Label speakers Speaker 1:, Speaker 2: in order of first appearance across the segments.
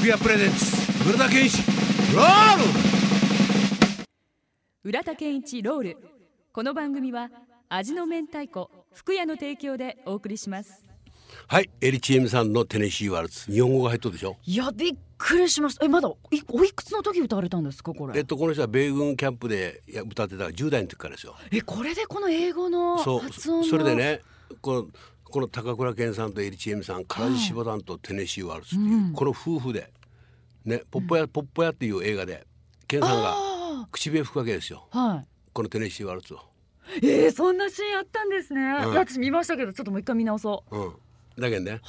Speaker 1: ク屋プレゼンツ村田健一ロール
Speaker 2: 浦田健一ロールこの番組は味の明太子福屋の提供でお送りします
Speaker 1: はいエリチエムさんのテネシーワルツ日本語が入っとるでしょ
Speaker 3: いやびっくりしましたえまだいおいくつの時歌われたんですかこ
Speaker 1: えっ
Speaker 3: れ
Speaker 1: とこの人は米軍キャンプでいや歌ってた10代の時からですよ
Speaker 3: えこれでこの英語の発
Speaker 1: そ
Speaker 3: 音の
Speaker 1: うそそれでねこのこの高倉健さんとエリチエムさん唐地ボタンとテネシーワルツっていう、この夫婦でねポッポヤポッポヤっていう映画で健さんが口笛吹くわけですよ
Speaker 3: は
Speaker 1: このテネシーワルツを
Speaker 3: いえー、そんなシーンあったんですね、
Speaker 1: うん
Speaker 3: いや私見ましたけどちょっともう一回見直そう
Speaker 1: うんだけどね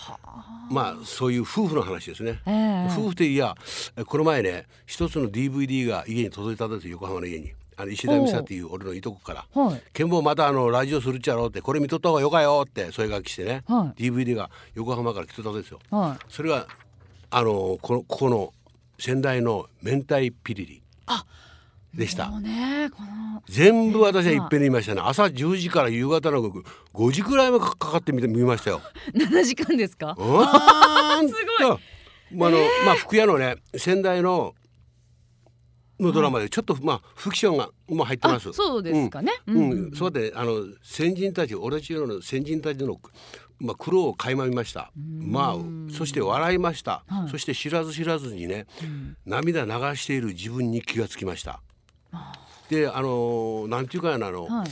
Speaker 1: まあそういう夫婦の話ですね、
Speaker 3: ええ
Speaker 1: 夫婦といやえこの前ね一つの DVD が家に届いたんですよ横浜の家にあの石田美沙っていう俺のいとこから
Speaker 3: はい
Speaker 1: 「剣坊またあのラジオするっちゃろ」って「これ見とった方がよかよ」ってそれが来てね、
Speaker 3: は
Speaker 1: DVD が横浜から来とったんですよ
Speaker 3: はい
Speaker 1: それはあのこのここの先代の明太ピリリでした
Speaker 3: もうねこの
Speaker 1: 全部私はいっぺんに見ましたね朝10時から夕方の5時くらいまでかかって見て見ましたよ
Speaker 3: 7時間ですか
Speaker 1: あーす
Speaker 3: ご
Speaker 1: い。まああの、まあ福屋のね先代ののドラマでちょっと、まあフィクションがもう入ってま
Speaker 3: あ
Speaker 1: す。
Speaker 3: そうですかね、
Speaker 1: うん。うんそうやってあの先人たち俺たちの先人たちの、まあ、苦労を垣間見ましたまあそして笑いました、
Speaker 3: はい
Speaker 1: そして知らず知らずにね、涙流している自分に気がつきました。であのなんていうかやなあの、
Speaker 3: はい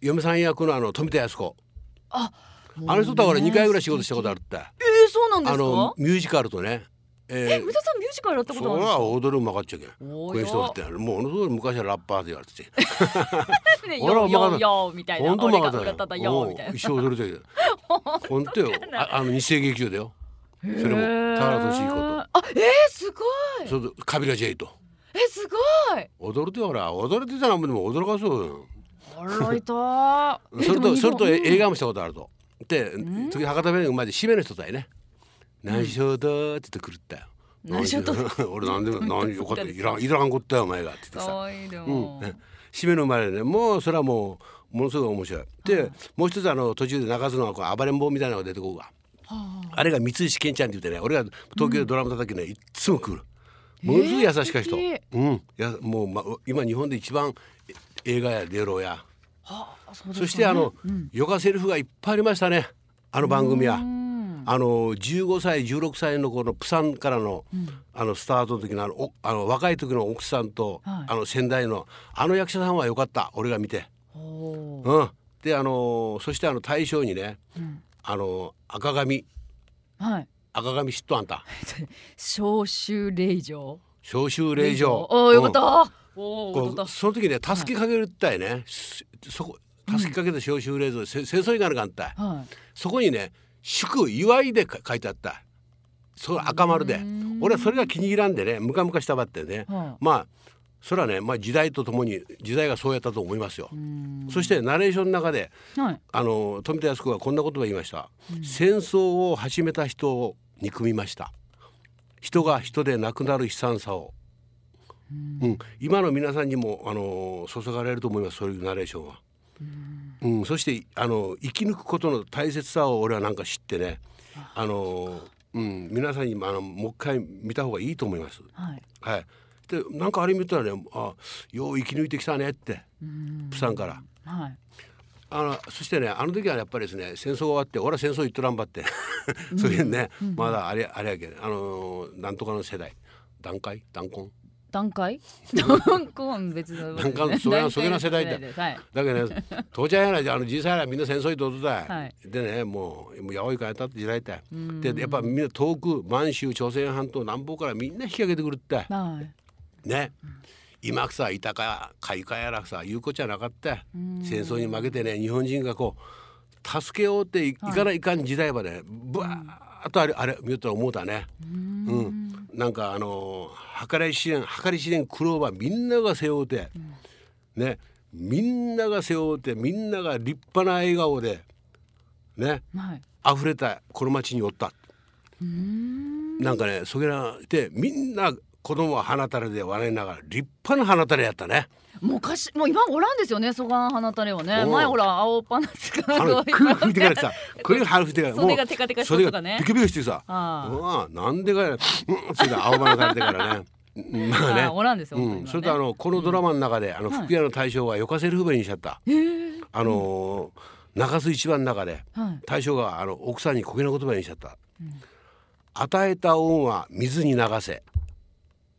Speaker 1: 嫁さん役のあの富田靖子
Speaker 3: あ
Speaker 1: あの人とは俺2回ぐらい仕事したことあるって。
Speaker 3: えー、そうなんです
Speaker 1: あの
Speaker 3: か
Speaker 1: ミュージカルとね、え
Speaker 3: 宇田さんミュージカルやったこ
Speaker 1: そ
Speaker 3: とあるん
Speaker 1: れ
Speaker 3: で
Speaker 1: は
Speaker 3: すか
Speaker 1: 踊るうまかっちゃけんこ
Speaker 3: おーよ
Speaker 1: ういう人だってもうものすごい昔はラッパーって言われてて
Speaker 3: ね、
Speaker 1: 俺は
Speaker 3: よ
Speaker 1: うまかった
Speaker 3: よよみたいな
Speaker 1: 本当うまかった
Speaker 3: 俺が裏方
Speaker 1: よ
Speaker 3: よみたい
Speaker 1: うん
Speaker 3: な
Speaker 1: 一生踊る時 本当よああの日生劇場だよそれも
Speaker 3: へー
Speaker 1: 田原俊彦と
Speaker 3: あえー、すごい
Speaker 1: それとカビラ J と
Speaker 3: えすご い
Speaker 1: 踊るとよほら踊るって言ったらもうでも驚かそうよ
Speaker 3: 驚いた
Speaker 1: それとそれとえ
Speaker 3: え
Speaker 1: 映画もしたことあるとで次博多弁うまいで締めの人だよね何しようだーって言ってくるったよ
Speaker 3: 何しようだ
Speaker 1: 何しようだ 俺なんで も何よかったいらんいらんこったよお前がって言ってさ
Speaker 3: 可愛いでも、
Speaker 1: ね締めの生まれでねもうそれはもうものすごい面白い。でもう一つあの途中で中津のこう暴れん坊みたいなのが出てこるわあれが三石健ちゃんって言ってね俺が東京でドラマ叩きね、いっつも来るものすごい優しかい人、
Speaker 3: えー素
Speaker 1: うんやもう、ま、今日本で一番え映画や出ろや
Speaker 3: あそうです
Speaker 1: そしてあの、ヨガセリフがいっぱいありましたねあの番組は。あの15歳16歳の子のプサンからの,、あのスタートの時のあのおあの若い時の奥さんと、
Speaker 3: はい
Speaker 1: あの先代のあの役者さんは良かった俺が見て。
Speaker 3: お
Speaker 1: う
Speaker 3: ー
Speaker 1: ん、であのそしてあの大将にね、あの赤髪
Speaker 3: はい
Speaker 1: 赤髪嫉妬あんた
Speaker 3: 召集令状
Speaker 1: 召集令状。
Speaker 3: おーよかっ
Speaker 1: うん
Speaker 3: た、おーよか
Speaker 1: こう
Speaker 3: った
Speaker 1: その時ね助けかけるったいね、すそこ助けかけた召集令状、せ戦争になるかんたい
Speaker 3: はい
Speaker 1: そこにね祝祝いでか書いてあったその赤丸で俺はそれが気に入らんでねムカムカしたばってね、
Speaker 3: は
Speaker 1: まあそれはね、まあ、時代とともに時代がそうやったと思いますよ
Speaker 3: ん
Speaker 1: そしてナレーションの中で
Speaker 3: はい
Speaker 1: あの富田靖子がこんな言葉を言いました、戦争を始めた人を憎みました人が人で亡くなる悲惨さを、うん今の皆さんにもあの注がれると思いますそういうナレーションは、うんそしてあの生き抜くことの大切さを俺はなんか知ってねあの、うん、皆さんにもあのもう一回見た方がいいと思います。
Speaker 3: はい
Speaker 1: はい、でなんかあれ見たらねあよう生き抜いてきたねってプサンから。
Speaker 3: はい
Speaker 1: あのそしてねあの時はやっぱりですね戦争が終わって俺は戦争行っとらんばってそういうね、まだあれあれやけんあのーなんとかの世代段階弾痕
Speaker 3: 段階 段階別の
Speaker 1: 段階そげなそげな世代だ
Speaker 3: ですはい
Speaker 1: だけど ね父ちゃんやらあのじいさんやらみんな戦争行っとっただい、
Speaker 3: はい
Speaker 1: でねもうもうやおいかやったって時代だいでやっぱみんな遠く満州朝鮮半島南方からみんな引き上げてくるって
Speaker 3: はい
Speaker 1: ね、今くさ板か海かやらさ言うことじゃなかったよ戦争に負けてね日本人がこう助けようっていいかないかん時代までぶわーっとあれあれ見よったら思うたね。うん、なんかあのー計らい試練計り試練苦労はみんなが背負うて、ねみんなが背負うてみんなが立派な笑顔でね
Speaker 3: はい
Speaker 1: 溢れたこの町におったなんかねそげなでみんな子供は花垂れで笑いながら立派な花垂れやったね
Speaker 3: 昔もう今おらんですよね。ソガン花垂れはね。
Speaker 1: おう
Speaker 3: 前ほら青パンツか
Speaker 1: あの
Speaker 3: ら
Speaker 1: クー吹いてからさこれ腹吹いてから
Speaker 3: 袖がテカテカしと
Speaker 1: 袖
Speaker 3: ると
Speaker 1: が
Speaker 3: かね
Speaker 1: ビクビクしてさ
Speaker 3: あー
Speaker 1: うわなんでかやうんそれで青花されてからねうんまあね
Speaker 3: あーおらんですよ
Speaker 1: うん、そ
Speaker 3: 本当
Speaker 1: れ
Speaker 3: に
Speaker 1: と
Speaker 3: は
Speaker 1: あ
Speaker 3: ね
Speaker 1: のこのドラマの中で、あの
Speaker 3: はい
Speaker 1: 福屋の大将はよかせるふべにしちゃった、あのー中洲一番の中で
Speaker 3: はい
Speaker 1: 大将があの奥さんにこげな言葉にしちゃった、与えた恩は水に流せ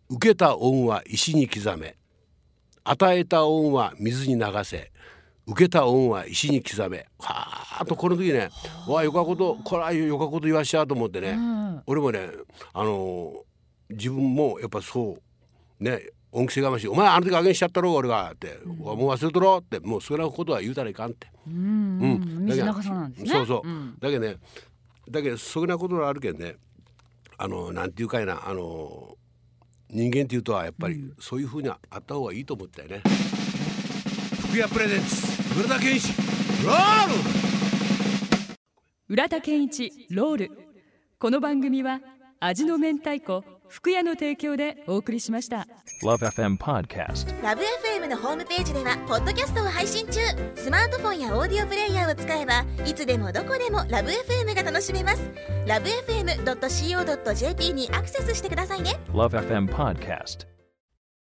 Speaker 1: 受けた恩は石に刻め与えた恩は水に流せ受けた恩は石に刻めはあとこの時ねわあよかことこらよかこと言わしちゃうと思ってね、
Speaker 3: うん
Speaker 1: 俺もねあのー自分もやっぱそうね恩着せがましい「お前あの時あげんしちゃったろ俺が」って、もう忘れとろ」ってもうそんなことは言うたらいかんって、
Speaker 3: うん
Speaker 1: う
Speaker 3: うん水
Speaker 1: だ
Speaker 3: 中
Speaker 1: けど
Speaker 3: さなんですね。
Speaker 1: そうそう、
Speaker 3: ん
Speaker 1: だけどねだけどそんなことがあるけんねあのなんていうかいなあの人間っていうとはやっぱりそういうふうにあった方がいいと思ったよね。福屋プレゼンツ村田健一ロール
Speaker 2: 浦田健一ロールこの番組は味の明太子福屋の提供でお送りしました
Speaker 4: Love FM Podcast.
Speaker 5: ラブ f m のホームページではポッドキャストを配信中スマートフォンやオーディオプレイヤーを使えばいつでもどこでもラブ f m が楽しめますラブ FM.co.jp にアクセスしてくださいね
Speaker 4: Love FM Podcast.